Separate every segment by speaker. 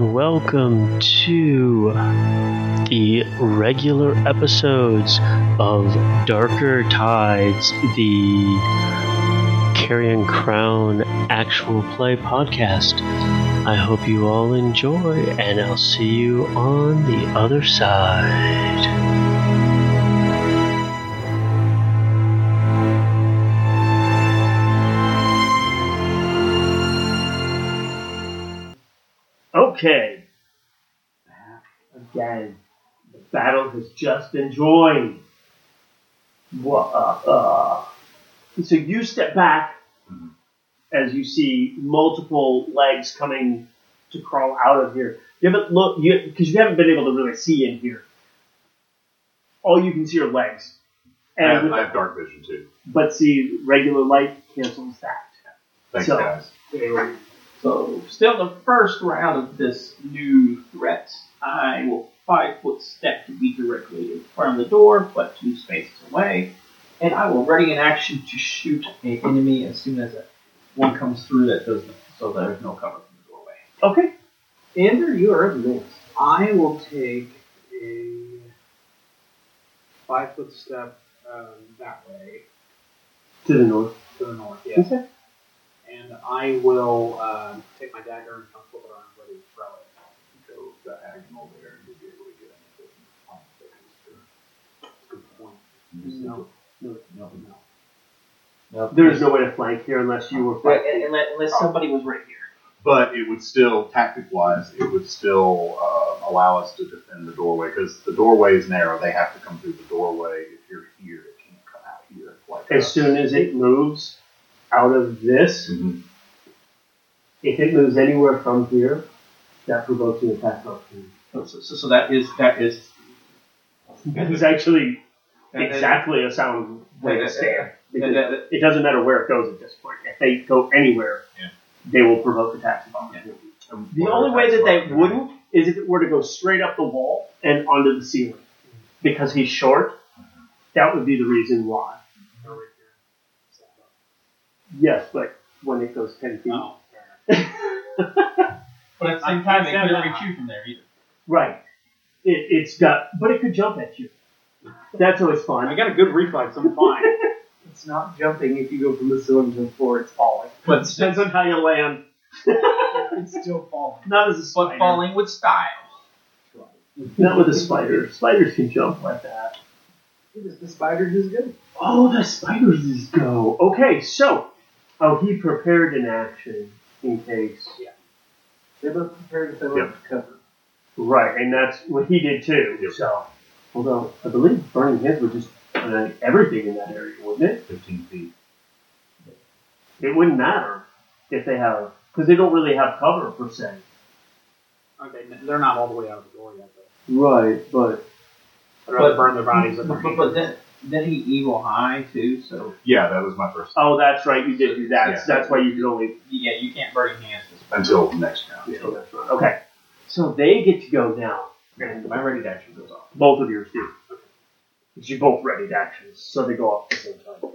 Speaker 1: welcome to the regular episodes of Darker Tides, the Carrion Crown actual play podcast. I hope you all enjoy, and I'll see you on the other side.
Speaker 2: Okay. Back again. The battle has just been joined. Wha- uh, uh. So you step back as you see multiple legs coming to crawl out of here. You haven't looked, because you, haven't been able to really see in here. All you can see are legs.
Speaker 3: I have,
Speaker 2: And,
Speaker 3: I have dark vision too.
Speaker 2: but see, regular light cancels that.
Speaker 3: Thanks,
Speaker 2: So-
Speaker 3: guys.
Speaker 4: So, still the first round of this new threat, I will five foot step to be directly in front of the door, but two spaces away, and I will ready in action to shoot an enemy as soon as a, one comes through that does not so there's no cover from the doorway.
Speaker 2: Okay.
Speaker 4: Andrew, you are advanced. I will take a five foot step um, that way
Speaker 2: To the north.
Speaker 4: to the north. Yeah.
Speaker 2: Okay.
Speaker 4: And I will um, take my dagger and come flip it around, ready to throw it.
Speaker 3: Go diagonal there and you'll be able to get anything on the face
Speaker 4: Good point.
Speaker 3: there.
Speaker 4: No,
Speaker 2: no,
Speaker 3: no, no.
Speaker 2: There's no way to flank here unless you were
Speaker 4: Right,
Speaker 2: flanking.
Speaker 4: unless, unless somebody was right here.
Speaker 3: But it would still, tactic wise, it would still uh, allow us to defend the doorway because the doorway is narrow. They have to come through the doorway. If you're here, it can't come out here. Like
Speaker 2: As soon as it moves out of this,
Speaker 3: Mhm.
Speaker 2: if it moves anywhere from here, that provokes an attack opportunity.
Speaker 4: So, so, so that is that is
Speaker 2: It was actually
Speaker 4: that-
Speaker 2: exactly a sound way to stand.
Speaker 4: that-
Speaker 2: Because
Speaker 4: that- that-
Speaker 2: it doesn't matter where it goes at this point. If they go anywhere,
Speaker 3: Yeah.
Speaker 2: they will provoke attacks of opportunity.
Speaker 3: And
Speaker 2: The
Speaker 3: whatever
Speaker 2: only way that
Speaker 3: that's
Speaker 2: they
Speaker 3: like-
Speaker 2: wouldn't is if it were to go straight up the wall and onto the ceiling. Because he's short, that would be the reason why. Yes, but when it goes 10 feet.
Speaker 4: Oh, fair. But at the same time, they couldn't reach you from there either.
Speaker 2: Right. It, it's got, but it could jump at you. That's always fun.
Speaker 4: got a good reflex. I'm fine. it's not jumping if you go from the ceiling to the floor. It's falling. But still,
Speaker 2: Depends on how you land.
Speaker 4: it's still falling.
Speaker 2: Not as a spider.
Speaker 4: But falling with style.
Speaker 2: Not with a spider. Spiders can jump like that.
Speaker 4: The spider is good.
Speaker 2: Oh, the spiders is go. Okay, so oh, he prepared an action in case.
Speaker 4: They're both prepared if they
Speaker 3: weren't
Speaker 4: covered.
Speaker 2: Right, and that's what he did too.
Speaker 3: Yep.
Speaker 2: So, although I believe burning hands would just uh, everything in that area, wouldn't it?
Speaker 3: 15 feet.
Speaker 2: It wouldn't matter if they have because they don't really have cover per se.
Speaker 5: Okay, n- they're not all the way out of the door yet, though.
Speaker 2: Right, but
Speaker 5: I'd rather
Speaker 4: But-
Speaker 5: burn their bodies
Speaker 4: But,
Speaker 5: than their
Speaker 4: but,
Speaker 5: hands.
Speaker 4: but then, then he evil high too. So
Speaker 3: Yeah, that was my first.
Speaker 2: Oh, that's right. You did do that.
Speaker 3: Yeah.
Speaker 2: That's why you could only.
Speaker 4: yeah, you can't burn hands.
Speaker 3: Until next round.
Speaker 2: oh, that's right. Okay. So they get to go now. And
Speaker 4: My ready to action goes off.
Speaker 2: both of yours do. Because you both readied actions, so they go off at the same time.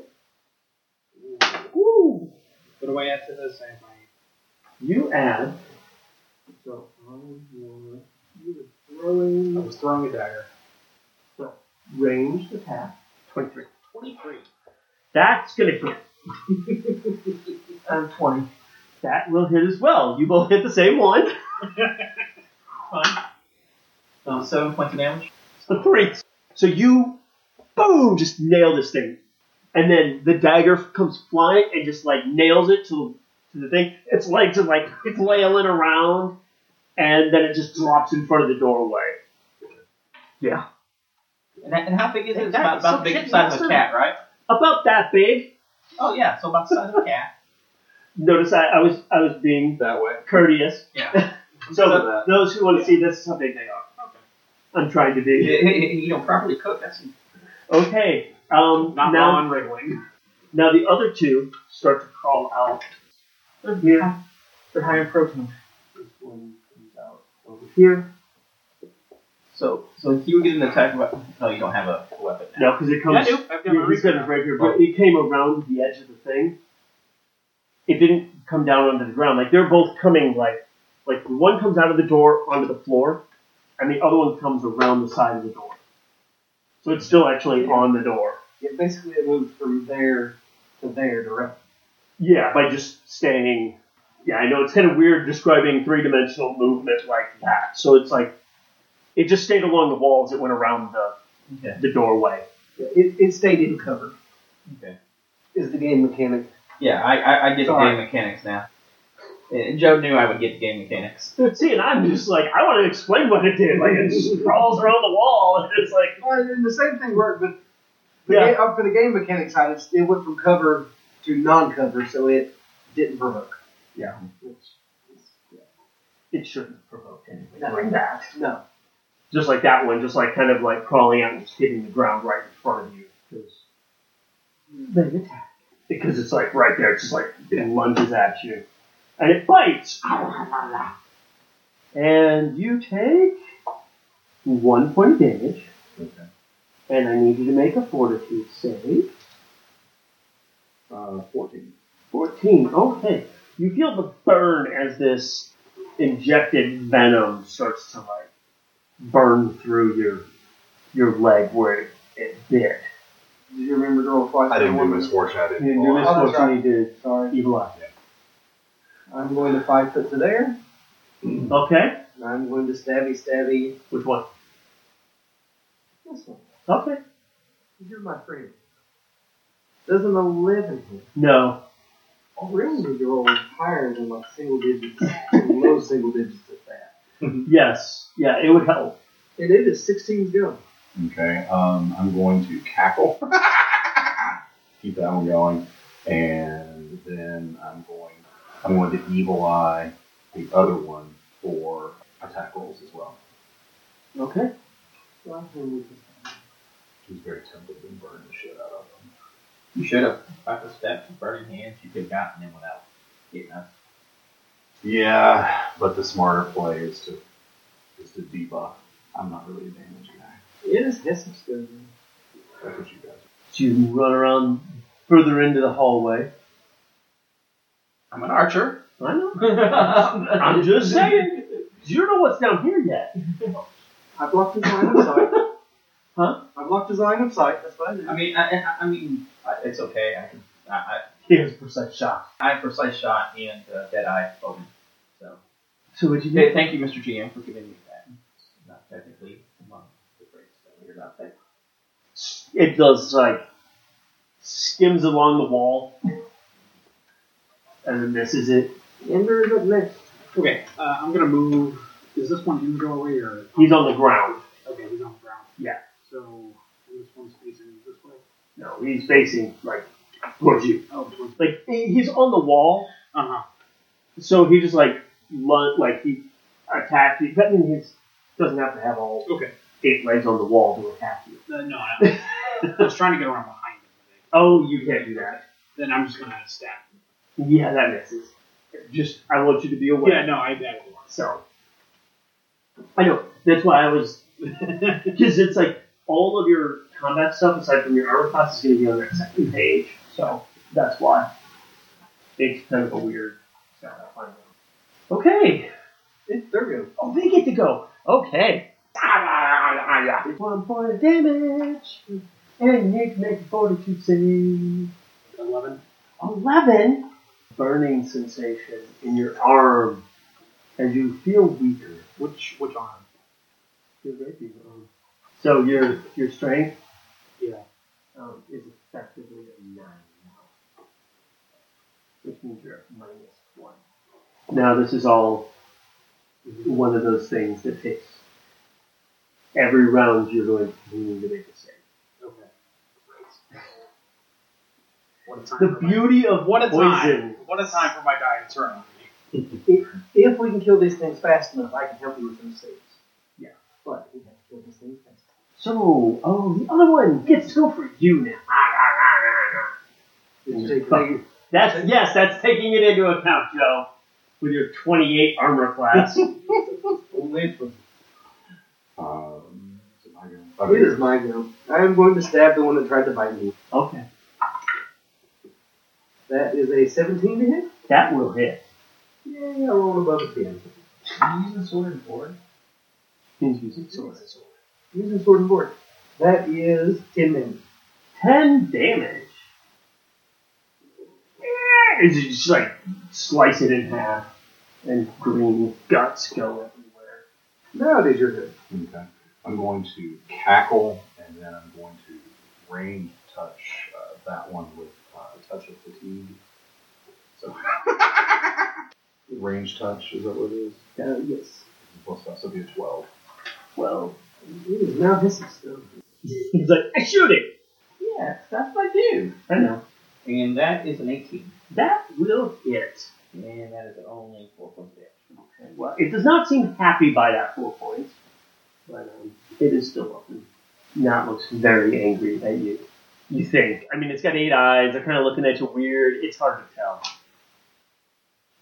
Speaker 2: Woo!
Speaker 5: What do I add to this? I have my.
Speaker 2: You add.
Speaker 5: So, um, you were throwing. I was throwing a dagger.
Speaker 2: Ranged attack. 23.
Speaker 5: 23.
Speaker 2: That's going to hit.
Speaker 4: I'm twenty.
Speaker 2: That will hit as well. You both hit the same one.
Speaker 4: Fine. Um, seven points of damage.
Speaker 2: The three. So you, boom, just nail this thing. And then the dagger comes flying and just like nails it to, to the thing. Its legs are like flailing around, and then it just drops in front of the doorway. Yeah.
Speaker 4: And, and how big is it? It's
Speaker 2: That-
Speaker 4: about, about the
Speaker 2: some
Speaker 4: big
Speaker 2: shit
Speaker 4: size of
Speaker 2: monster.
Speaker 4: a cat, right?
Speaker 2: About that big.
Speaker 4: Oh yeah, so about the size of a cat.
Speaker 2: Notice I, I was I was being
Speaker 3: That way.
Speaker 2: courteous.
Speaker 4: Yeah.
Speaker 2: So those who want to see this is how big they are.
Speaker 5: Okay.
Speaker 2: I'm trying to
Speaker 4: you,
Speaker 2: be.
Speaker 4: you know, properly cooked. That's
Speaker 2: Okay. Um,
Speaker 5: Not
Speaker 2: now,
Speaker 5: non wriggling.
Speaker 2: now the other two start to crawl out. They're here.
Speaker 4: they're high approaching.
Speaker 2: This one comes out over here.
Speaker 4: So so he would get an attack weapon. No, you don't have a weapon. Now.
Speaker 2: No, because it
Speaker 5: Yeah,
Speaker 2: comes.
Speaker 5: nope. I've got my
Speaker 2: Yeah, he's got
Speaker 5: reset.
Speaker 2: his regular, but it came around the edge of the thing. It didn't come down onto the ground. Like they're both coming like Like one comes out of the door onto the floor, and the other one comes around the side of the door. So it's still actually on the door.
Speaker 4: Yeah, basically it moved from there to there directly.
Speaker 2: Yeah, by just staying. Yeah, I know it's kind of weird describing three dimensional movement like that. So it's like it just stayed along the walls. It went around the
Speaker 4: Okay.
Speaker 2: the doorway.
Speaker 5: Yeah, It, it stayed in cover.
Speaker 4: Okay.
Speaker 5: Is the game mechanic.
Speaker 4: Yeah, I, I, I get
Speaker 5: Sorry.
Speaker 4: the game mechanics now. And Joe knew I would get the game mechanics.
Speaker 2: See, and I'm just like I want to explain what it did. Like it just crawls around the wall, and it's like
Speaker 5: Well, and the same thing worked, but the
Speaker 2: Yeah.
Speaker 5: game, up for the game mechanic side, it's, it went from cover to non-cover, so it didn't provoke.
Speaker 4: Yeah.
Speaker 5: Which is,
Speaker 2: it shouldn't provoke anything
Speaker 5: No.
Speaker 2: like that.
Speaker 5: no.
Speaker 2: Just like that one, just like kind of like crawling out and just hitting the ground right in front of you because because it's like right there, it's just like it lunges at you and it bites. And you take one point of damage,
Speaker 3: Okay.
Speaker 2: and I need you to make a fortitude save.
Speaker 3: Uh, 14.
Speaker 2: 14. Okay. You feel the burn as this injected venom starts to like burn through your your leg where it, it bit.
Speaker 5: Did you remember to roll twice?
Speaker 3: I didn't
Speaker 5: for
Speaker 3: do
Speaker 5: one?
Speaker 3: Miss Fortune. I didn't.
Speaker 2: You do
Speaker 3: roll.
Speaker 2: this
Speaker 5: Oh, that's
Speaker 2: 14, you did
Speaker 5: Sorry.
Speaker 2: evil eye.
Speaker 5: I'm going to five foot to there,
Speaker 2: Okay.
Speaker 5: and I'm going to stabby stabby
Speaker 2: Which one?
Speaker 5: this one.
Speaker 2: Okay.
Speaker 5: You're my friend. There's an 11 here.
Speaker 2: No.
Speaker 5: I really need to roll higher than like single digits, low single digits at that.
Speaker 2: Yes. Yeah, it would help.
Speaker 5: And it is 16 going.
Speaker 3: Okay, um, I'm going to cackle. Keep that one going, and then I'm going. I'm going to evil eye the other one for attack rolls as well.
Speaker 2: Okay.
Speaker 5: So I'm going with this.
Speaker 3: He's very tempted to burn the shit out of him.
Speaker 4: You should have. Five foot step, burning hands, you could have gotten him without getting us.
Speaker 3: Yeah, but the smarter play is to is to debuff. I'm not really a damage guy.
Speaker 5: It is necessary.
Speaker 3: That's what you guys. Are.
Speaker 2: So you run around further into the hallway.
Speaker 4: I'm an archer.
Speaker 2: I know.
Speaker 4: I'm
Speaker 2: I'm just saying. You don't know what's down here yet.
Speaker 5: I blocked his line of sight.
Speaker 2: Huh?
Speaker 5: I blocked his line of sight. That's what I did.
Speaker 4: I mean, I, I, I mean, I- it's okay. I can. I, I,
Speaker 2: He has precise shot.
Speaker 4: I have precise shot and uh, dead eye open. So
Speaker 2: So what you
Speaker 4: Th-
Speaker 2: do?
Speaker 4: thank you, Mr. GM, for giving me that. It's not technically among the breaks that we're about that.
Speaker 2: It does like skims along the wall, and then this is it.
Speaker 5: Ember is up next.
Speaker 6: Okay, uh, I'm gonna move. Is this one in the doorway or?
Speaker 2: He's on the ground.
Speaker 6: Okay, he's on the ground.
Speaker 2: Yeah.
Speaker 6: So and this one's facing this way.
Speaker 2: No, he's facing like towards you.
Speaker 6: Oh, this one's.
Speaker 2: Like he- he's on the wall,
Speaker 6: Uh huh.
Speaker 2: So he just like lun- like he attacked you. That means he doesn't have to have all
Speaker 6: Okay.
Speaker 2: eight legs on the wall to attack you.
Speaker 6: Uh, no, I, I was trying to get around behind him.
Speaker 2: Oh, you can't do that.
Speaker 6: Then I'm just gonna stab him.
Speaker 2: Yeah, that misses. Just I want you to be aware.
Speaker 6: Yeah, no, I that would work.
Speaker 2: So I know that's why I was because it's like all of your combat stuff aside from your armor class is going to be on that second page. So that's why it's kind of a weird. setup, I know. Okay.
Speaker 5: It's their go.
Speaker 2: Oh, they get to go. Okay. One point of damage. And you need to make a fortitude save.
Speaker 6: Eleven.
Speaker 2: 11. Burning sensation in your arm. And you feel weaker.
Speaker 6: Which which arm?
Speaker 2: Feel very weaker. So your your strength
Speaker 6: Yeah.
Speaker 2: um, is effectively a 9 now. Which means you're at minus 1. Now, this is all one of those things that takes every round you're going to continue to make a save.
Speaker 6: Okay. What a time.
Speaker 2: The
Speaker 6: for my-
Speaker 2: beauty of
Speaker 6: What a
Speaker 2: poison.
Speaker 6: time. What a time for my die to turn on me.
Speaker 5: If we can kill these things fast enough, I can help you with those saves.
Speaker 2: Yeah.
Speaker 5: But we have to kill these things fast.
Speaker 2: So, oh, the other one gets to go for you now.
Speaker 5: Did
Speaker 2: Mm.
Speaker 5: you take
Speaker 2: Fuck.
Speaker 5: neg-
Speaker 2: That's yes, that's taking it into account, Joe, with your 28 armor class.
Speaker 5: Only for-
Speaker 3: Um, so I go-
Speaker 5: It is my go. I am going to stab the one that tried to bite me.
Speaker 2: okay,
Speaker 5: That is a 17 to hit?
Speaker 2: that will hit.
Speaker 5: Yeah, I rolled above a 10.
Speaker 4: Can you use a sword and board?
Speaker 2: He's using swords.
Speaker 5: Using sword and board. That is ten minutes.
Speaker 2: Ten damage. Eh, Is it just like slice it in half and green guts go everywhere?
Speaker 5: Nowadays you're good.
Speaker 3: Okay. I'm going to cackle, and then I'm going to range touch uh, that one with uh, a touch of fatigue. So range touch is that what it is?
Speaker 5: Uh, yes.
Speaker 3: Plus that, so it'll be a twelve.
Speaker 2: Well,
Speaker 5: It is now hissing still.
Speaker 2: he's like, I shoot it.
Speaker 4: Yes, that's what I do.
Speaker 2: I know
Speaker 4: And that is an 18.
Speaker 2: that will hit.
Speaker 4: And that is only 4 points of damage.
Speaker 2: Okay, well, it does not seem happy by that four points, but um, it is still open. Now it looks very angry at you. You think? I mean, it's got eight eyes. They're kind of looking at you weird. It's hard to tell.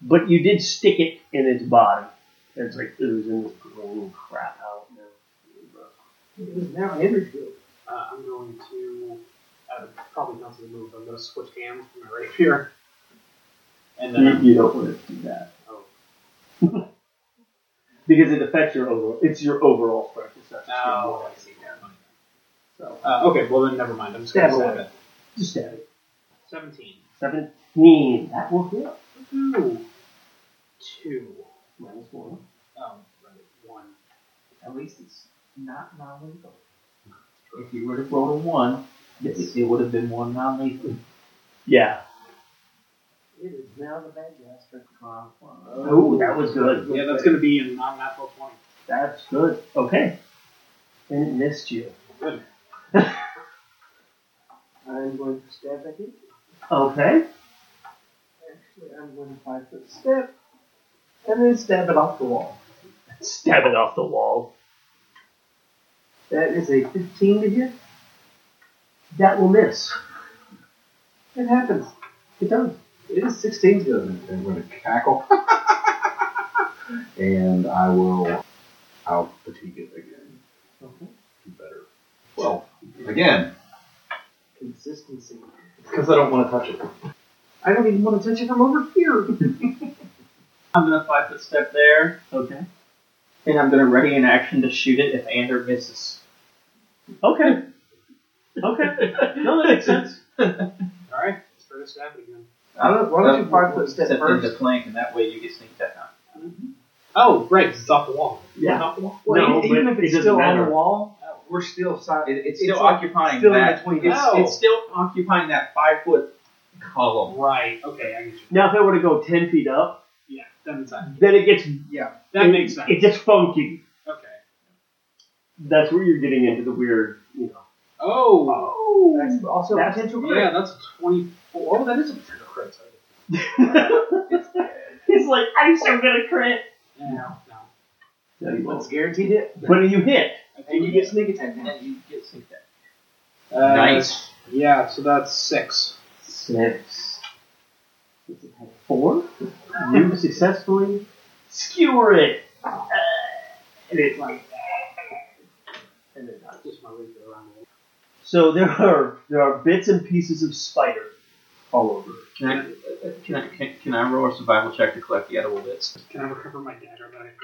Speaker 2: But you did stick it in its body. And it's like oozing this green crap out now.
Speaker 5: It is now Andrew's good.
Speaker 6: Uh, I'm going to uh, probably not to move. I'm going to switch hands from my rapier. And then
Speaker 2: You, you don't want to do that. Oh.
Speaker 6: Oh.
Speaker 2: because it affects your overall. It's your overall strength. It's not just your
Speaker 6: Oh,
Speaker 2: one.
Speaker 6: I see. Never mind. So, uh, okay, well then never mind. I'm just going to
Speaker 2: Stab
Speaker 6: stab
Speaker 2: away.
Speaker 6: it.
Speaker 2: Just stab it.
Speaker 6: 17.
Speaker 2: Seventeen. That will hit.
Speaker 6: Ooh. Two.
Speaker 2: Minus one.
Speaker 6: Oh, right. One.
Speaker 4: At least it's not non lethal. If you were to roll a 1,
Speaker 2: Yes.
Speaker 4: it, it would have been 1 non lethal.
Speaker 2: Yeah.
Speaker 5: It is now the bad guy.
Speaker 2: Oh, that was good.
Speaker 6: Yeah, that's going to be a non natural 20.
Speaker 2: That's good. Okay. And it missed you.
Speaker 5: I'm going to stab at him.
Speaker 2: Okay.
Speaker 5: Actually, I'm going to five foot step. And then stab it off the wall.
Speaker 2: Stab it off the wall.
Speaker 5: That is a 15 to hit.
Speaker 2: That will miss.
Speaker 5: It happens.
Speaker 2: It does.
Speaker 5: It is 16 to him.
Speaker 3: And I'm going to cackle, and I will. I'll fatigue it again.
Speaker 5: Okay.
Speaker 3: Do better. Twelve again
Speaker 5: Consistency.
Speaker 3: because I don't want to touch it.
Speaker 5: I don't even want to touch it from over here.
Speaker 4: I'm going to 5 foot step there,
Speaker 2: Okay.
Speaker 4: and I'm going to ready an action to shoot it if Ander misses.
Speaker 2: Okay. Okay. no, that makes sense.
Speaker 6: All right, let's try to stab it again.
Speaker 5: I don't, why
Speaker 4: Uh,
Speaker 5: don't you five foot step
Speaker 4: Step into
Speaker 5: first?
Speaker 4: flank, and that way you get sneak attack on.
Speaker 6: Oh, right, 'cause it's off the wall.
Speaker 2: Yeah.
Speaker 6: Off the wall.
Speaker 5: Well,
Speaker 2: No,
Speaker 5: e- even
Speaker 2: but
Speaker 5: if
Speaker 2: it
Speaker 5: it's
Speaker 2: doesn't
Speaker 5: still on
Speaker 2: matter.
Speaker 5: the wall,
Speaker 6: Oh.
Speaker 5: we're still side.
Speaker 4: It, it's still
Speaker 5: It's like
Speaker 4: occupying
Speaker 5: still in
Speaker 4: that.
Speaker 5: between.
Speaker 4: It's,
Speaker 6: Oh.
Speaker 4: it's still occupying that 5 foot column.
Speaker 6: Right, okay, I get you.
Speaker 2: Now, if I were to go 10 feet up,
Speaker 6: Yeah, then it's on.
Speaker 2: then it gets.
Speaker 6: That
Speaker 2: it,
Speaker 6: makes sense.
Speaker 2: It gets funky.
Speaker 6: okay.
Speaker 2: That's where you're getting into the weird, you know.
Speaker 6: Oh,
Speaker 5: That's also a
Speaker 2: That's-
Speaker 5: potential crit.
Speaker 6: yeah, that's 24. Oh, that is a trigger crit. so-
Speaker 2: He's like, I'm so gonna crit.
Speaker 6: No, no.
Speaker 2: No, you won't.
Speaker 5: It's guaranteed hit.
Speaker 2: But you hit.
Speaker 5: And you get sneak attack now.
Speaker 4: And you get sneak attack.
Speaker 6: Uh,
Speaker 4: nice.
Speaker 6: Yeah, so that's six.
Speaker 2: Six. Does it have Four. You successfully skewer it. Uh, and it like.
Speaker 6: And then I just my leave it around.
Speaker 2: So there are there are bits and pieces of spider all over. it.
Speaker 4: Can I, can, I, can, can I roll a survival check to collect the edible bits?
Speaker 6: Can I recover my dagger back?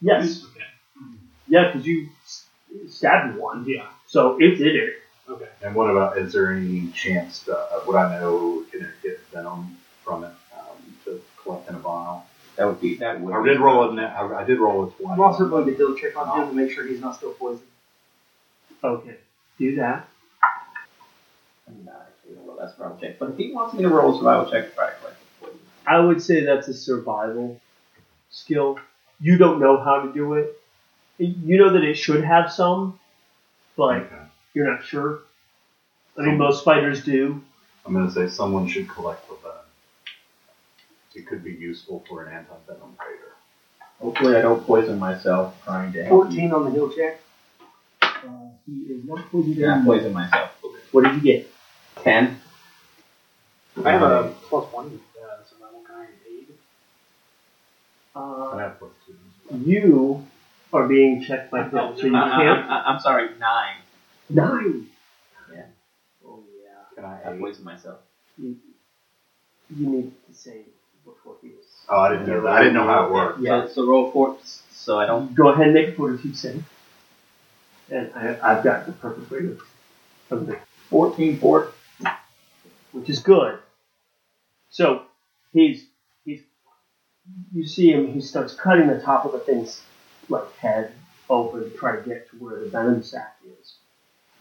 Speaker 2: Yes.
Speaker 6: Okay.
Speaker 2: Yeah, because you s- stabbed one,
Speaker 6: Mm-hmm. Yeah.
Speaker 2: so it did it.
Speaker 6: Okay.
Speaker 3: And what about, is there any chance, to, uh, would I know, can it get venom from it um, to collect in a vial?
Speaker 4: That would be that would.
Speaker 3: I
Speaker 4: be-
Speaker 3: did roll a, na- I, I did roll a 20.
Speaker 5: I'm also going to heal check on him to make sure he's not still poisoned.
Speaker 2: Okay, do that.
Speaker 4: I'm not actually gonna roll that survival check, but if he wants me to roll a survival check, try to collect it for you.
Speaker 2: I would say that's a survival skill. You don't know how to do it. You know that it should have some, but
Speaker 3: Okay.
Speaker 2: you're not sure. I mean, most spiders do.
Speaker 3: I'm going to say someone should collect the venom. It could be useful for an anti-venom raider.
Speaker 4: Hopefully, I don't poison myself trying to help. You.
Speaker 5: 14 on the heal check.
Speaker 2: Uh,
Speaker 4: Yeah, I poison myself.
Speaker 2: What did you get?
Speaker 4: Ten.
Speaker 6: I have a plus one uh, survival kind of aid.
Speaker 3: I
Speaker 2: Uh,
Speaker 3: have plus two.
Speaker 2: you are being checked by him, so you
Speaker 4: Uh, uh,
Speaker 2: can't.
Speaker 4: uh, I'm sorry, nine.
Speaker 2: Nine.
Speaker 5: Oh, yeah.
Speaker 3: Can I
Speaker 4: I
Speaker 3: aid?
Speaker 4: poisoned myself.
Speaker 5: You need to save before he was.
Speaker 3: Oh, I didn't know that. I didn't know how it worked.
Speaker 2: Yeah.
Speaker 4: So, so roll for it, so I don't.
Speaker 2: Go ahead and make a fortitude save. And I, I've got the perfect way to from the
Speaker 4: 14 for it.
Speaker 2: which is good. So he's he's you see him he starts cutting the top of the thing's like head open to try to get to where the venom sac is.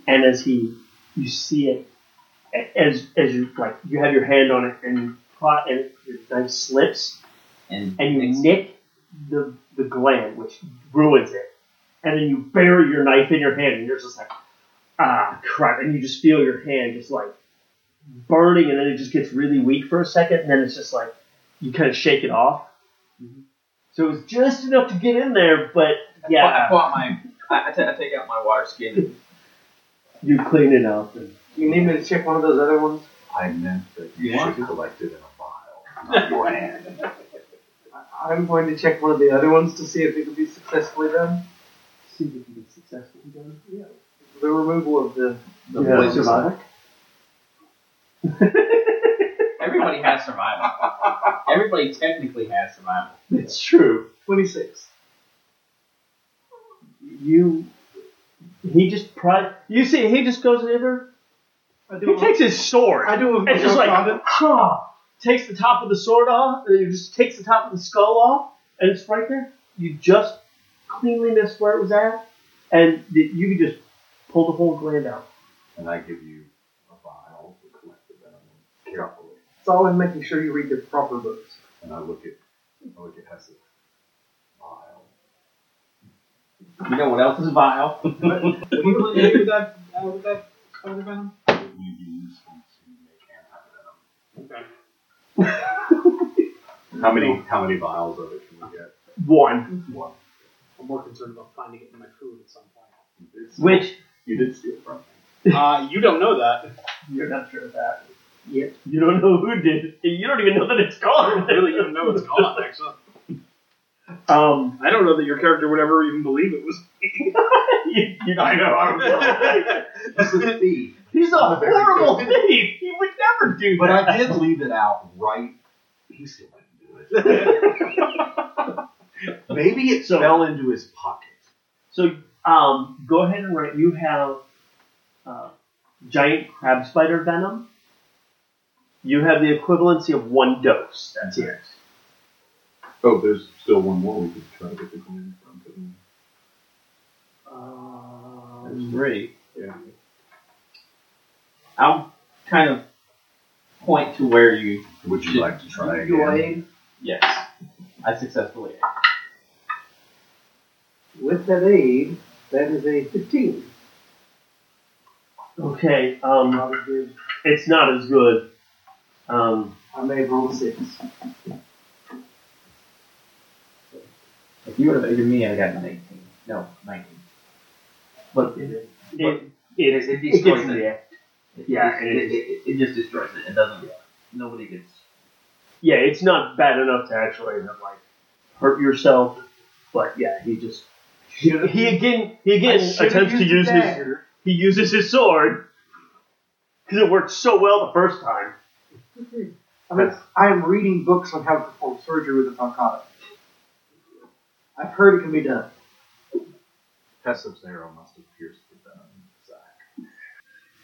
Speaker 2: And as he you see it a- as as you like you have your hand on it and pro- and your knife slips
Speaker 4: And,
Speaker 2: and you
Speaker 4: next-
Speaker 2: nick the the gland which ruins it. And then you bury your knife in your hand and you're just like ah crap and you just feel your hand just like burning and then it just gets really weak for a second and then it's just like you kind of shake it off so it was just enough to get in there but
Speaker 4: I
Speaker 2: yeah
Speaker 4: pull out my. I, I, ta- I take out my water skin. And
Speaker 2: you clean it up and
Speaker 5: You need me to check one of those other ones?
Speaker 3: I meant that you
Speaker 4: You want
Speaker 3: should collect it in a file, not your hand.
Speaker 5: I- I'm going to check one of the other ones to see if it can be successfully done.
Speaker 2: see if you can be successful again.
Speaker 5: The removal of the
Speaker 4: the
Speaker 2: Yeah,
Speaker 4: poison-
Speaker 2: survival.
Speaker 4: Everybody has survival. Everybody technically has survival.
Speaker 2: it's true
Speaker 5: 26.
Speaker 2: you he just pri- you see he just goes in there
Speaker 5: I
Speaker 2: he
Speaker 5: do.
Speaker 2: takes his sword
Speaker 5: I do.
Speaker 2: and just like huh, takes the top of the sword off, and it just takes the top of the skull off, and it's right there. You just cleanly missed where it was at, and th- you can just pull the whole gland out.
Speaker 3: And I give you a file to collect the venom carefully.
Speaker 5: It's always making sure you read the proper books.
Speaker 3: And I look at, I look at Hesse's file.
Speaker 4: You know what else is vile? what do you want to do with that? Uh, with that spider venom?
Speaker 3: It would be useful to make anti-venom.
Speaker 6: Okay.
Speaker 3: How many, how many vials of it can we get?
Speaker 2: One,
Speaker 3: One.
Speaker 6: I'm more concerned about finding it in my food at some point.
Speaker 3: It's-
Speaker 2: which
Speaker 3: you did steal from me.
Speaker 6: Uh, you don't know that.
Speaker 2: you're not sure of that. Yep. You don't know who did. it. You don't even know that it's
Speaker 6: I
Speaker 2: gone.
Speaker 6: really don't know it's gone, actually.
Speaker 2: Um,
Speaker 6: I don't know that your character would ever even believe it was.
Speaker 2: you, you
Speaker 3: I know. I'm He's a thief.
Speaker 2: He's a
Speaker 3: I'm a very
Speaker 2: horrible
Speaker 3: good-
Speaker 2: thief. He would never do
Speaker 3: But
Speaker 2: that.
Speaker 3: I did leave it out right. He still didn't do it. Maybe it
Speaker 2: So-
Speaker 3: fell into his pocket.
Speaker 2: So um, go ahead and write. You have uh, giant crab spider venom. You have the equivalency of one dose. That's it.
Speaker 3: Oh, there's still one more we could try to get the coin from. couldn't
Speaker 2: Um,
Speaker 4: three.
Speaker 3: we? Yeah.
Speaker 4: I'll kind of point to where you.
Speaker 3: Would you like to try
Speaker 5: You
Speaker 3: again?
Speaker 5: aid
Speaker 4: Yes. I successfully.
Speaker 5: with that aid. That is a 15.
Speaker 2: okay. Um,
Speaker 5: Not as good.
Speaker 2: it's not as good. Um,
Speaker 5: I may have rolled a six.
Speaker 4: If you would have aided me, I'd have gotten an 18. No, 19. But it,
Speaker 2: it, it,
Speaker 4: it
Speaker 2: it
Speaker 4: destroys
Speaker 2: gets in
Speaker 4: it.
Speaker 2: the air.
Speaker 4: Yeah,
Speaker 2: Yeah,
Speaker 4: it, it, it, it just destroys it. It doesn't. Nobody gets.
Speaker 2: Yeah, it's not bad enough to actually have, like hurt yourself. But yeah, he just he, he again he again attempts to use his he uses his sword because it worked so well the first time.
Speaker 5: I mean, I am reading books on how to perform surgery with a narcotic. I've heard it can be done.
Speaker 3: Hesse's arrow must have pierced the venom. sac.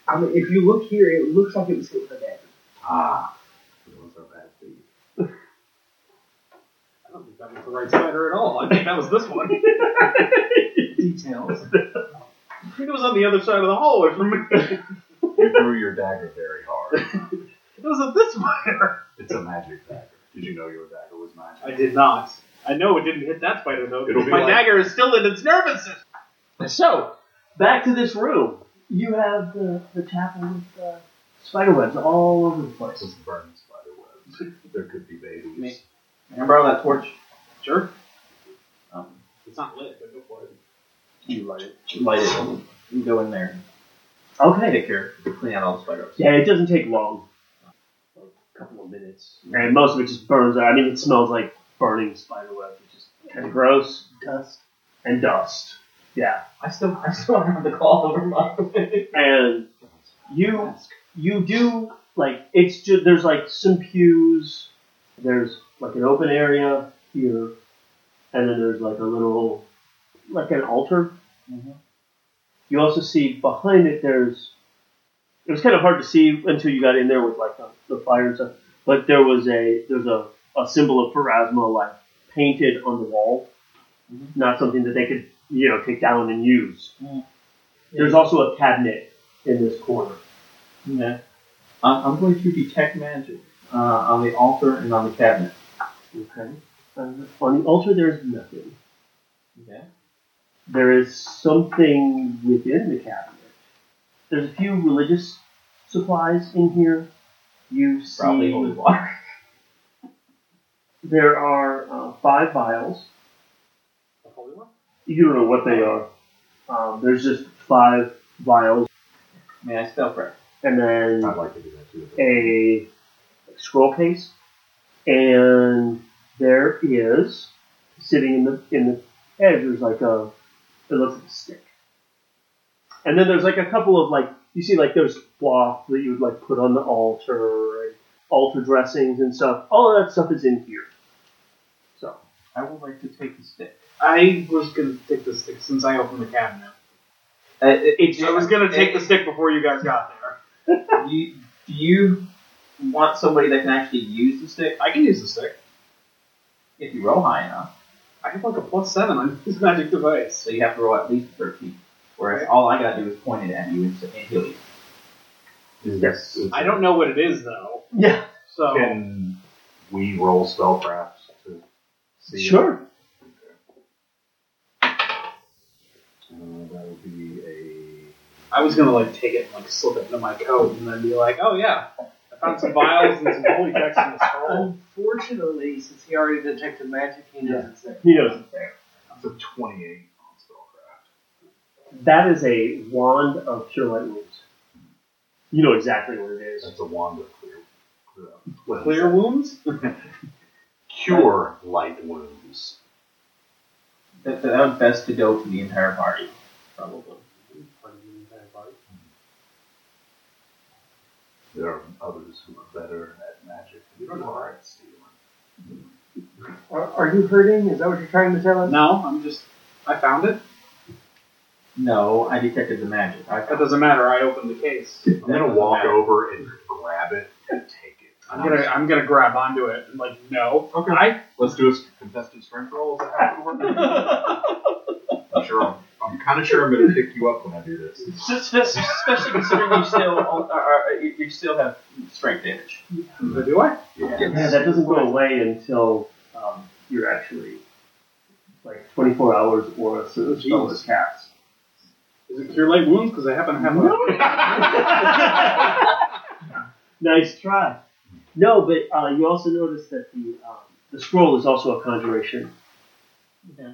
Speaker 5: I mean, if you look here, it looks like it was hit with a dagger.
Speaker 3: Ah, it was a bad thief.
Speaker 6: I don't think that was the right spider at all. I think that was this one. I
Speaker 5: Details.
Speaker 6: think it was on the other side of the hallway from me. It
Speaker 3: You threw your dagger very hard.
Speaker 6: was at this spider.
Speaker 3: It's a magic dagger. Did you know your dagger was magic?
Speaker 6: I did not. I know it didn't hit that spider though.
Speaker 3: It'll
Speaker 6: because
Speaker 3: be
Speaker 6: my
Speaker 3: like-
Speaker 6: dagger is still in its nervous system.
Speaker 2: So, back to this room. You have the, the chapel with uh, spiderwebs all over the place.
Speaker 3: Just burn spider webs. There could be babies.
Speaker 4: Can I borrow that torch?
Speaker 6: Sure.
Speaker 4: Um,
Speaker 6: It's not lit, but go for it.
Speaker 4: you light it. Light it. You go in there.
Speaker 2: Okay.
Speaker 4: Take care. Clean out all the spiders.
Speaker 2: Yeah, it doesn't take long. A couple of minutes. And most of it just burns out. I mean, it smells like burning spiderwebs, which is kind of gross. Dust. And dust. Yeah.
Speaker 4: I still, I still remember the call over my.
Speaker 2: And you you do like it's just there's like some pews, there's like an open area here, and then there's like a little, like an altar. You also see behind it there's. It was kind of hard to see until you got in there with like the, the fire and stuff, but there was a there's a, a symbol of Pharasma like painted on the wall, not something that they could you know take down and use. There's also a cabinet in this corner.
Speaker 4: Yeah. I'm, I'm going to detect magic uh, on the altar and on the cabinet.
Speaker 2: Okay. Uh, on the altar, there's nothing.
Speaker 4: Okay.
Speaker 2: There is something within the cabinet. There's a few religious supplies in here. You see,
Speaker 4: Probably holy water.
Speaker 2: there are uh, five vials.
Speaker 6: The holy one?
Speaker 2: You don't know what they are. Um, there's just five vials,
Speaker 4: May I spell prayer?
Speaker 2: and then
Speaker 3: I'd like to do that too.
Speaker 2: a scroll case, and there is sitting in the in the edge. There's like a it looks like a stick, and then there's like a couple of like you see like there's cloth that you would like put on the altar and altar dressings and stuff. All of that stuff is in here. So
Speaker 4: I would like to take the stick.
Speaker 6: I was gonna take the stick since I opened the cabinet.
Speaker 4: Uh, it- it's-
Speaker 6: I was gonna take
Speaker 4: it-
Speaker 6: the stick before you guys got there.
Speaker 4: You, do you want somebody that can actually use the stick?
Speaker 6: I can use the stick.
Speaker 4: If you roll high enough,
Speaker 6: I have like a plus seven on this magic device.
Speaker 4: so you have to roll at least 13. Whereas all I gotta do is point it at you and, s- and heal you.
Speaker 2: yes,
Speaker 6: I don't know what it is though.
Speaker 2: yeah,
Speaker 6: So
Speaker 3: Can we roll spellcrafts to see? if-
Speaker 2: sure.
Speaker 3: Uh, that would be a.
Speaker 6: I was gonna like take it and like slip it into my coat and then be like, oh yeah, I found some vials and some holy text in the scroll.
Speaker 5: Unfortunately, since he already detected magic, he knows it's there.
Speaker 2: He knows it's there.
Speaker 3: That's a 28 on spellcraft.
Speaker 2: That is a wand of pure light wounds. You know exactly what it is.
Speaker 3: That's a wand of clear. clear up.
Speaker 6: Clear wounds?
Speaker 3: Cure light wounds.
Speaker 4: That, that would best to go to the entire party, probably.
Speaker 3: There are others who are better at magic. You don't know how to see them.
Speaker 5: Are, are you hurting? Is that what you're trying to tell us?
Speaker 6: No, I'm just I found it.
Speaker 4: No, I detected the magic. I
Speaker 6: That doesn't matter, I opened the case.
Speaker 3: I'm gonna walk over and grab it and take it.
Speaker 6: I'm gonna I'm gonna grab onto it and like no. Okay. I
Speaker 3: Let's do a contested strength roll. Is that how it works? I'm sure. I'm, I'm kind of sure I'm gonna pick you up when I do this.
Speaker 4: Especially considering you still oh, are, uh, you, you still have strength damage. Mm-hmm.
Speaker 6: do I?
Speaker 3: Yeah.
Speaker 2: Yeah, that doesn't go away until um, you're actually like 24 hours or a certain spell is cast.
Speaker 6: Is it cure light wounds? Because I happen to have a
Speaker 2: nice try. No, but uh, you also notice that the um, the scroll is also a conjuration.
Speaker 4: Yeah.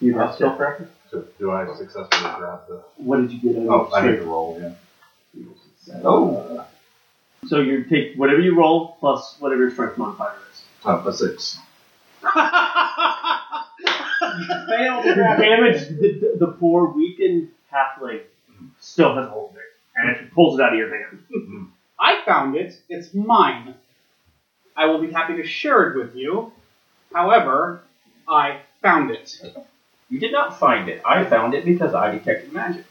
Speaker 2: You have to,
Speaker 3: So do I successfully grab the?
Speaker 2: what did you get on
Speaker 3: Oh,
Speaker 2: your
Speaker 3: I need to
Speaker 2: strength?
Speaker 3: roll. Yeah.
Speaker 4: Oh,
Speaker 2: So you take whatever you roll plus whatever your strength modifier is.
Speaker 3: Oh, a six.
Speaker 2: damage the, the poor weakened halfling still has hold of it, and it pulls it out of your hand.
Speaker 6: I found it. It's mine. I will be happy to share it with you. However, I found it.
Speaker 4: you did not find it. I found it because I detected magic.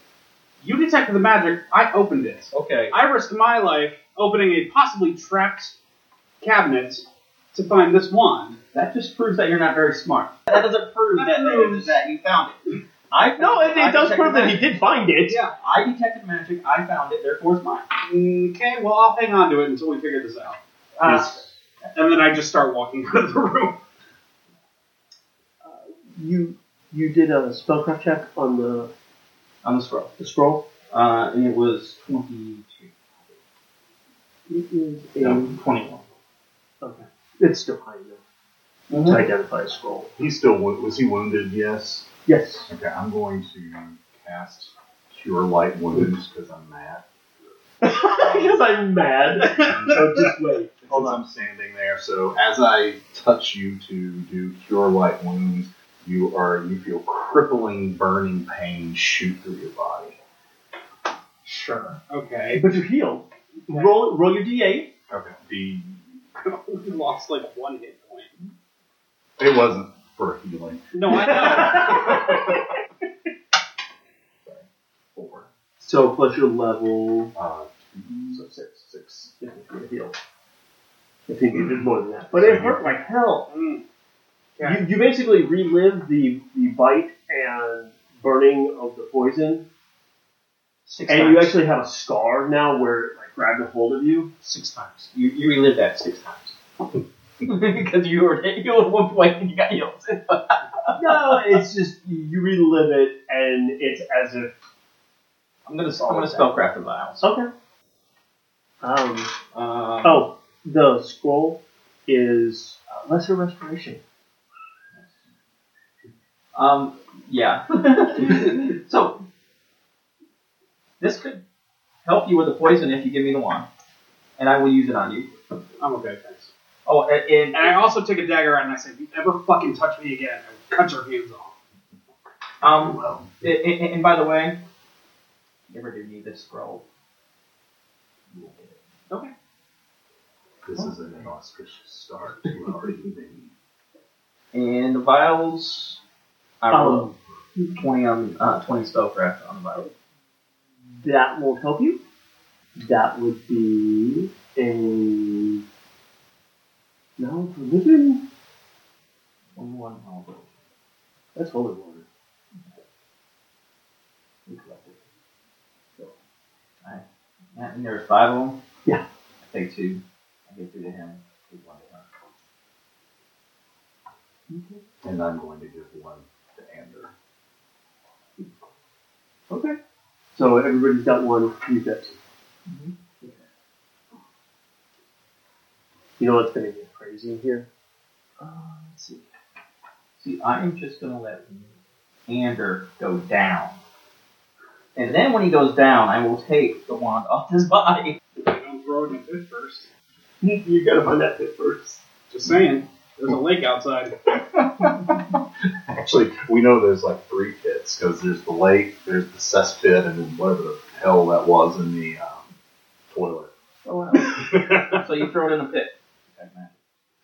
Speaker 6: You detected the magic. I opened it.
Speaker 4: Okay.
Speaker 6: I risked my life opening a possibly trapped cabinet to find this wand.
Speaker 4: That just proves that you're not very smart. That doesn't prove
Speaker 6: That
Speaker 4: that,
Speaker 6: proves-
Speaker 4: that you found it. I
Speaker 2: No, it,
Speaker 4: I
Speaker 2: it does
Speaker 4: detected
Speaker 2: prove that he
Speaker 4: magic.
Speaker 2: did find it.
Speaker 6: Yeah.
Speaker 4: I detected magic. I found it. Therefore, it's mine.
Speaker 6: Okay. Well, I'll hang on to it until we figure this out,
Speaker 4: Uh,
Speaker 6: and then I just start walking out of the room.
Speaker 2: You you did a spellcraft check on the,
Speaker 4: On the scroll.
Speaker 2: the scroll.
Speaker 4: Uh, and it was twenty-two.
Speaker 2: It is a
Speaker 4: No, twenty-one.
Speaker 2: okay. It's still high enough
Speaker 4: Mm-hmm.
Speaker 2: to identify a scroll.
Speaker 3: He's still wo- was he wounded? Yes.
Speaker 2: Yes.
Speaker 3: Okay, I'm going to cast cure light wounds because I'm mad.
Speaker 2: because I'm mad. so just wait.
Speaker 3: Hold on. I'm standing there, so as I touch you to do cure light wounds, you are you feel crippling, burning pain shoot through your body.
Speaker 6: Sure. Okay.
Speaker 2: But you heal. Roll roll your d8.
Speaker 3: Okay. The
Speaker 6: only lost like one hit point.
Speaker 3: It wasn't for healing.
Speaker 6: No, I know.
Speaker 3: Four.
Speaker 2: So plus your level.
Speaker 3: Uh, two, so six, six.
Speaker 2: Yeah, it's gonna heal. I think you did more than that, but it hurt like hell.
Speaker 6: Mm.
Speaker 2: You, you basically relived the the bite and burning of the poison,
Speaker 4: Six
Speaker 2: and
Speaker 4: times.
Speaker 2: you actually have a scar now where it like grabbed a hold of you.
Speaker 4: six times. You, you relived that six times. Because you were healed at one point and you got healed.
Speaker 2: No, it's just you relive it, and it's as if
Speaker 4: I'm gonna I'm gonna spellcraft it now.
Speaker 2: okay. Um.
Speaker 4: Um,
Speaker 2: Oh, the scroll is uh, lesser restoration.
Speaker 4: Um, yeah. so, this could help you with the poison if you give me the wand, and I will use it on you.
Speaker 6: I'm okay, thanks.
Speaker 4: Oh, and, and
Speaker 6: And I also took a dagger out and I said, if you ever fucking touch me again, I will cut your hands off.
Speaker 4: um, a- a- and, by the way, you ever do need this scroll? You will get it.
Speaker 3: This is an inauspicious start to our evening.
Speaker 4: And the vials, I rolled
Speaker 2: Um,
Speaker 4: twenty on uh, twenty spellcraft on the vials.
Speaker 2: that will help you. That would be a no religion.
Speaker 4: Only one vial.
Speaker 2: That's holy water.
Speaker 4: We collected. So, I, and there were five of them.
Speaker 2: Yeah.
Speaker 4: I take two. I give two to him. Give one to him.
Speaker 3: And I'm going to give one to Ander.
Speaker 2: Okay. So everybody's got one. You've got 2
Speaker 4: Mm-hmm.
Speaker 2: Okay. You know what's going to get crazy here?
Speaker 4: Uh, let's see. See, I am just gonna let Ander go down. And then when he goes down, I will take the wand off his body.
Speaker 6: Don't throw it in the pit first.
Speaker 2: you got to find that pit first.
Speaker 6: Just saying. There's a lake outside.
Speaker 3: Actually, we know there's like three pits because there's the lake, there's the cesspit, and then whatever the hell that was in the um, toilet.
Speaker 4: Oh, so you throw it in a pit.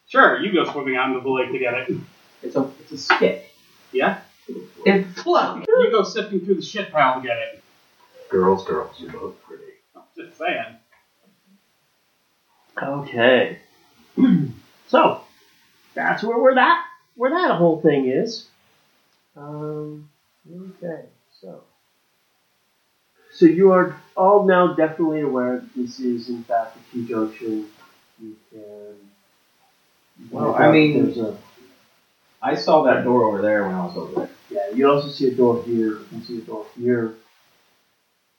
Speaker 6: Sure, you go swimming out into the lake to get it.
Speaker 4: It's a it's a stick.
Speaker 6: Yeah?
Speaker 4: It floats.
Speaker 6: You go sifting through the shit pile to get it.
Speaker 3: Girls, girls, you're both pretty.
Speaker 6: Just saying.
Speaker 2: Okay. so that's where we're that where that whole thing is. Um. Okay. So. So you are all now definitely aware that this is in fact a key junction. You can.
Speaker 4: Well, I mean-
Speaker 2: There's a-
Speaker 4: I saw that door over there when I was over there.
Speaker 2: yeah. You also see a door here. You can see a door here.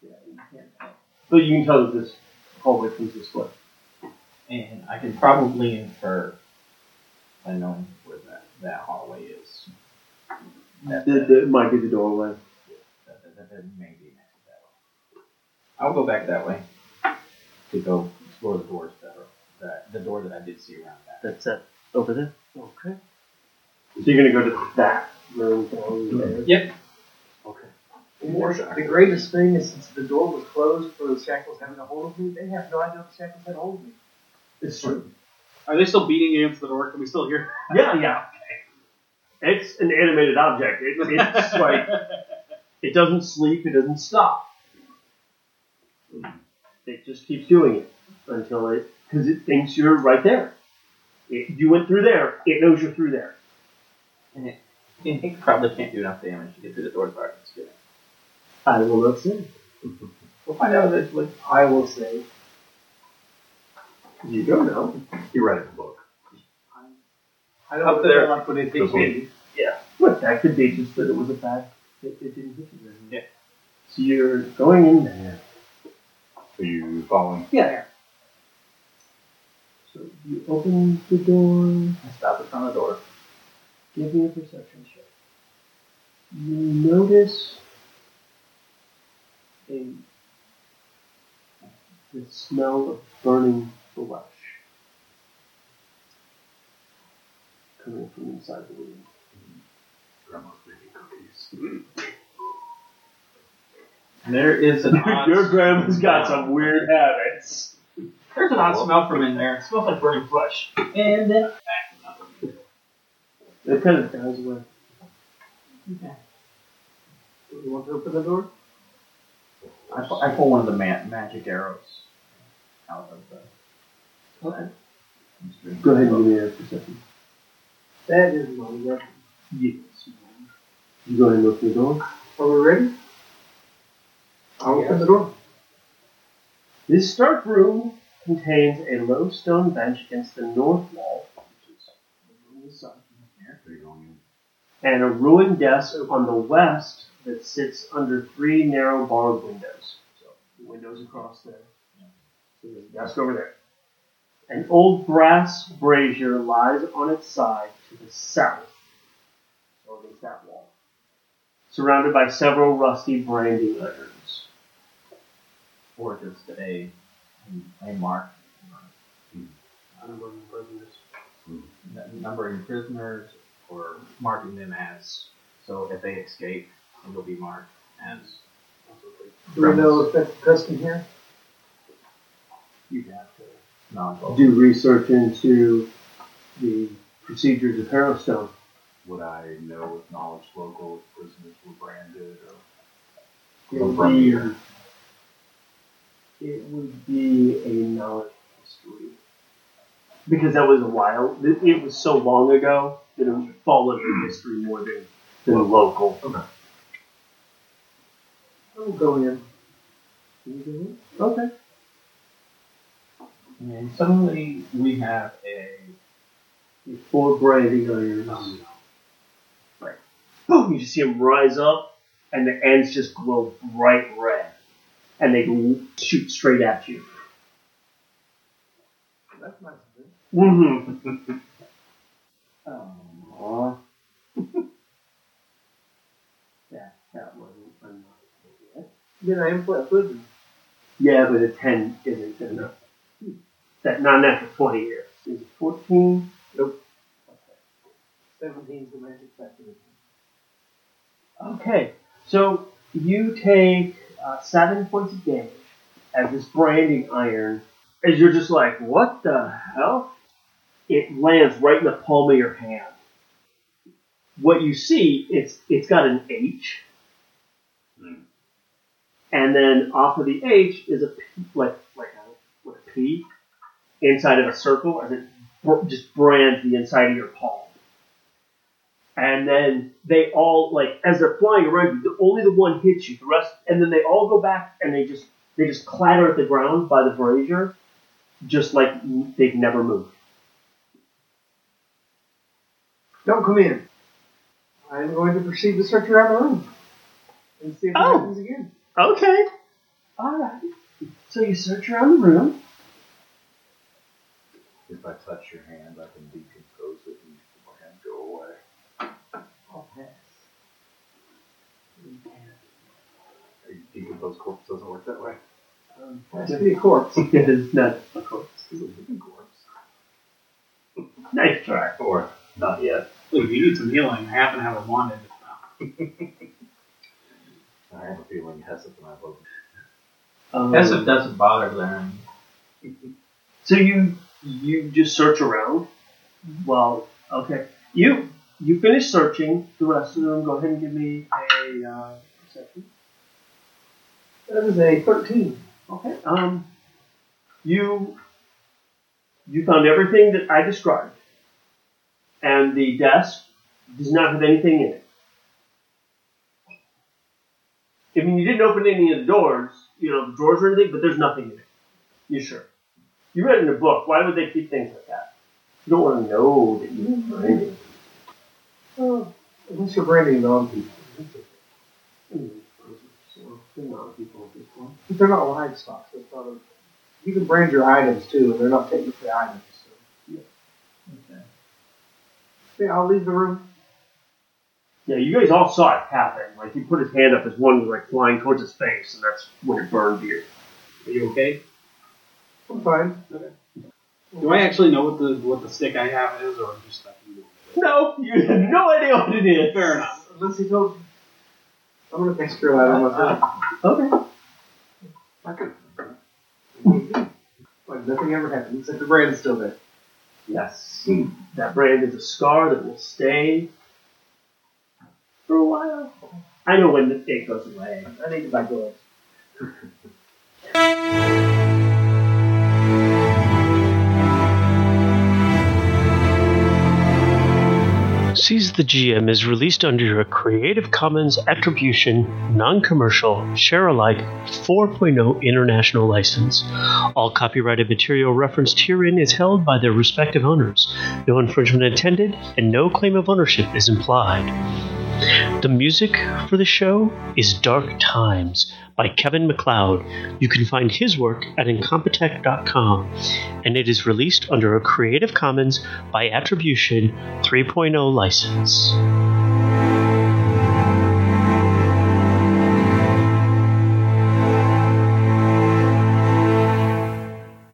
Speaker 2: Yeah. You can't tell. But you can tell that this hallway comes this way.
Speaker 4: And I can probably infer by knowing where that, that hallway is. That,
Speaker 2: That, that might be the doorway.
Speaker 4: that, that, that, that may be next that way. I'll go back that way to go explore the doors better. That, the door that I did see around that.
Speaker 2: That's it. Over there. Okay. So you're gonna go to that room down there.
Speaker 6: Yep.
Speaker 2: Okay.
Speaker 3: More
Speaker 5: The
Speaker 3: shackles.
Speaker 5: greatest thing is since the door was closed for the shackles having a hold of me, they have no idea the shackles had a hold of me.
Speaker 2: It's true.
Speaker 6: Are they still beating against the door? Can we still hear?
Speaker 2: Yeah, yeah. It's an animated object. It, it's like it doesn't sleep. It doesn't stop. It just keeps doing it until it because it thinks you're right there. It, you went through there. It knows you're through there.
Speaker 4: And it probably can't do enough damage to get through the doors by just
Speaker 2: I will not say.
Speaker 4: We'll find out eventually.
Speaker 5: I will say,
Speaker 2: You don't know.
Speaker 3: You read it in the book.
Speaker 5: I don't
Speaker 4: Up
Speaker 5: know
Speaker 4: there.
Speaker 5: like when it
Speaker 3: This
Speaker 5: hit me.
Speaker 2: What that could be just that it was a fact. It, it didn't hit you.
Speaker 4: Yeah.
Speaker 2: So you're going in there.
Speaker 3: Are you following?
Speaker 5: Yeah.
Speaker 2: So you open the door,
Speaker 4: I stop in front of the door.
Speaker 2: give me a perception check. You notice a the smell of burning flesh coming from inside the room.
Speaker 3: Grandma's making cookies.
Speaker 4: There is an odd
Speaker 2: Your grandma's got some weird habits.
Speaker 4: There's an odd smell from in there. It smells like burning brush. And then
Speaker 2: It kind of dies away.
Speaker 4: okay.
Speaker 5: You want to open the door?
Speaker 7: I, pu- I pull one of the ma- magic arrows out of the.
Speaker 2: Go ahead and give me a perception.
Speaker 5: That is my weapon.
Speaker 2: Yes. You go ahead and open the door.
Speaker 5: Are we ready? I'll open the door.
Speaker 2: This dark room contains a low stone bench against the north wall, which is the room inside. and a ruined desk on the west that sits under three narrow barred windows. So the windows across there. So there's a desk over there. An old brass brazier lies on its side to the south, or against that wall, surrounded by several rusty brandy letters.
Speaker 7: Or just a, a mark.
Speaker 2: I don't remember what it is.
Speaker 7: n- Numbering prisoners or marking them as. So if they escape, it'll be marked as.
Speaker 5: Do we know if that's the custom here?
Speaker 7: You have to. Non
Speaker 2: Do research into the procedures of Harrowstone.
Speaker 3: Would I know with knowledge local if prisoners were branded or
Speaker 2: It
Speaker 3: or
Speaker 2: would be,
Speaker 3: branded?
Speaker 2: it would be a knowledge history. Because that was a while. It, it was so long ago that it would fall under history more than, than local.
Speaker 5: I will go in.
Speaker 2: Okay.
Speaker 7: And suddenly we have a.
Speaker 2: Four brandy irons. Right. Boom! You just see them rise up, and the ends just glow bright red. And they l- shoot straight at you.
Speaker 5: That's nice of you.
Speaker 2: Mm-hmm.
Speaker 7: Oh.
Speaker 2: That, that wasn't enough.
Speaker 5: Then I am flat footed.
Speaker 2: Yeah, but a 10 isn't good enough. That not after 20 years. Is it 14?
Speaker 5: 17 is the magic factor.
Speaker 2: Okay, so you take uh, seven points of damage as this branding iron, as you're just like, what the hell? It lands right in the palm of your hand. What you see, it's it's got an H, and then off of the H is a P, like like a, like a P inside of a circle, as it br- just brands the inside of your palm and then they all like as they're flying around you, the, only the one hits you. The rest, and then they all go back and they just they just clatter at the ground by the brazier, just like n- they've never moved.
Speaker 5: Don't come in. I am going to proceed to search around the room and see if it
Speaker 2: Oh.
Speaker 5: happens again.
Speaker 2: Okay, all right. So you search around the room.
Speaker 3: If I touch your hand, I can decompose it and make my hand go away. Decompose corpse doesn't work that way.
Speaker 5: Has to be a corpse.
Speaker 2: it is not a corpse.
Speaker 3: It's a living corpse.
Speaker 2: Nice try.
Speaker 3: Or not yet.
Speaker 6: Look, if you need some healing, I happen to have a wand in this mouth.
Speaker 3: I have a feeling Hesip and I both.
Speaker 2: Um,
Speaker 7: That's what doesn't bother them.
Speaker 2: So you you just search around. Well, okay. You you finish searching the rest of the room. Go ahead and give me a uh, perception.
Speaker 5: That is a 13.
Speaker 2: Okay. Um, you you found everything that I described, and the desk does not have anything in it. I mean, you didn't open any of the doors, you know, the drawers or anything, but there's nothing in it. You sure? You read it in a book. Why would they keep things like that? You don't want to know that you didn't find anything.
Speaker 5: Oh, unless you're branding on people. But they're not livestock, so it's not a, You can brand your items too, and they're not technically items. So. Yeah. Okay, I'll leave the room.
Speaker 2: Yeah, you guys all saw it happen. Like he put his hand up as one was like flying towards his face, and that's when it burned you.
Speaker 6: Are you okay?
Speaker 5: I'm fine.
Speaker 6: Do I actually know what the what the stick I have is, or just that you
Speaker 2: No, you have no idea what it is.
Speaker 6: Fair enough.
Speaker 5: Unless he told me. I'm going to fix your item myself.
Speaker 2: Okay.
Speaker 5: I Like nothing ever happened except the brand is still there.
Speaker 2: Yes. That brand is a scar that will stay for a while. I know when the day goes away. I think if I go.
Speaker 1: Seize the GM is released under a Creative Commons Attribution, Non Commercial, Share Alike 4.0 International License. All copyrighted material referenced herein is held by their respective owners. No infringement intended, and no claim of ownership is implied. The music for the show is Dark Times by Kevin McLeod. You can find his work at incompetech.com, and it is released under a Creative Commons by Attribution 3.0 license.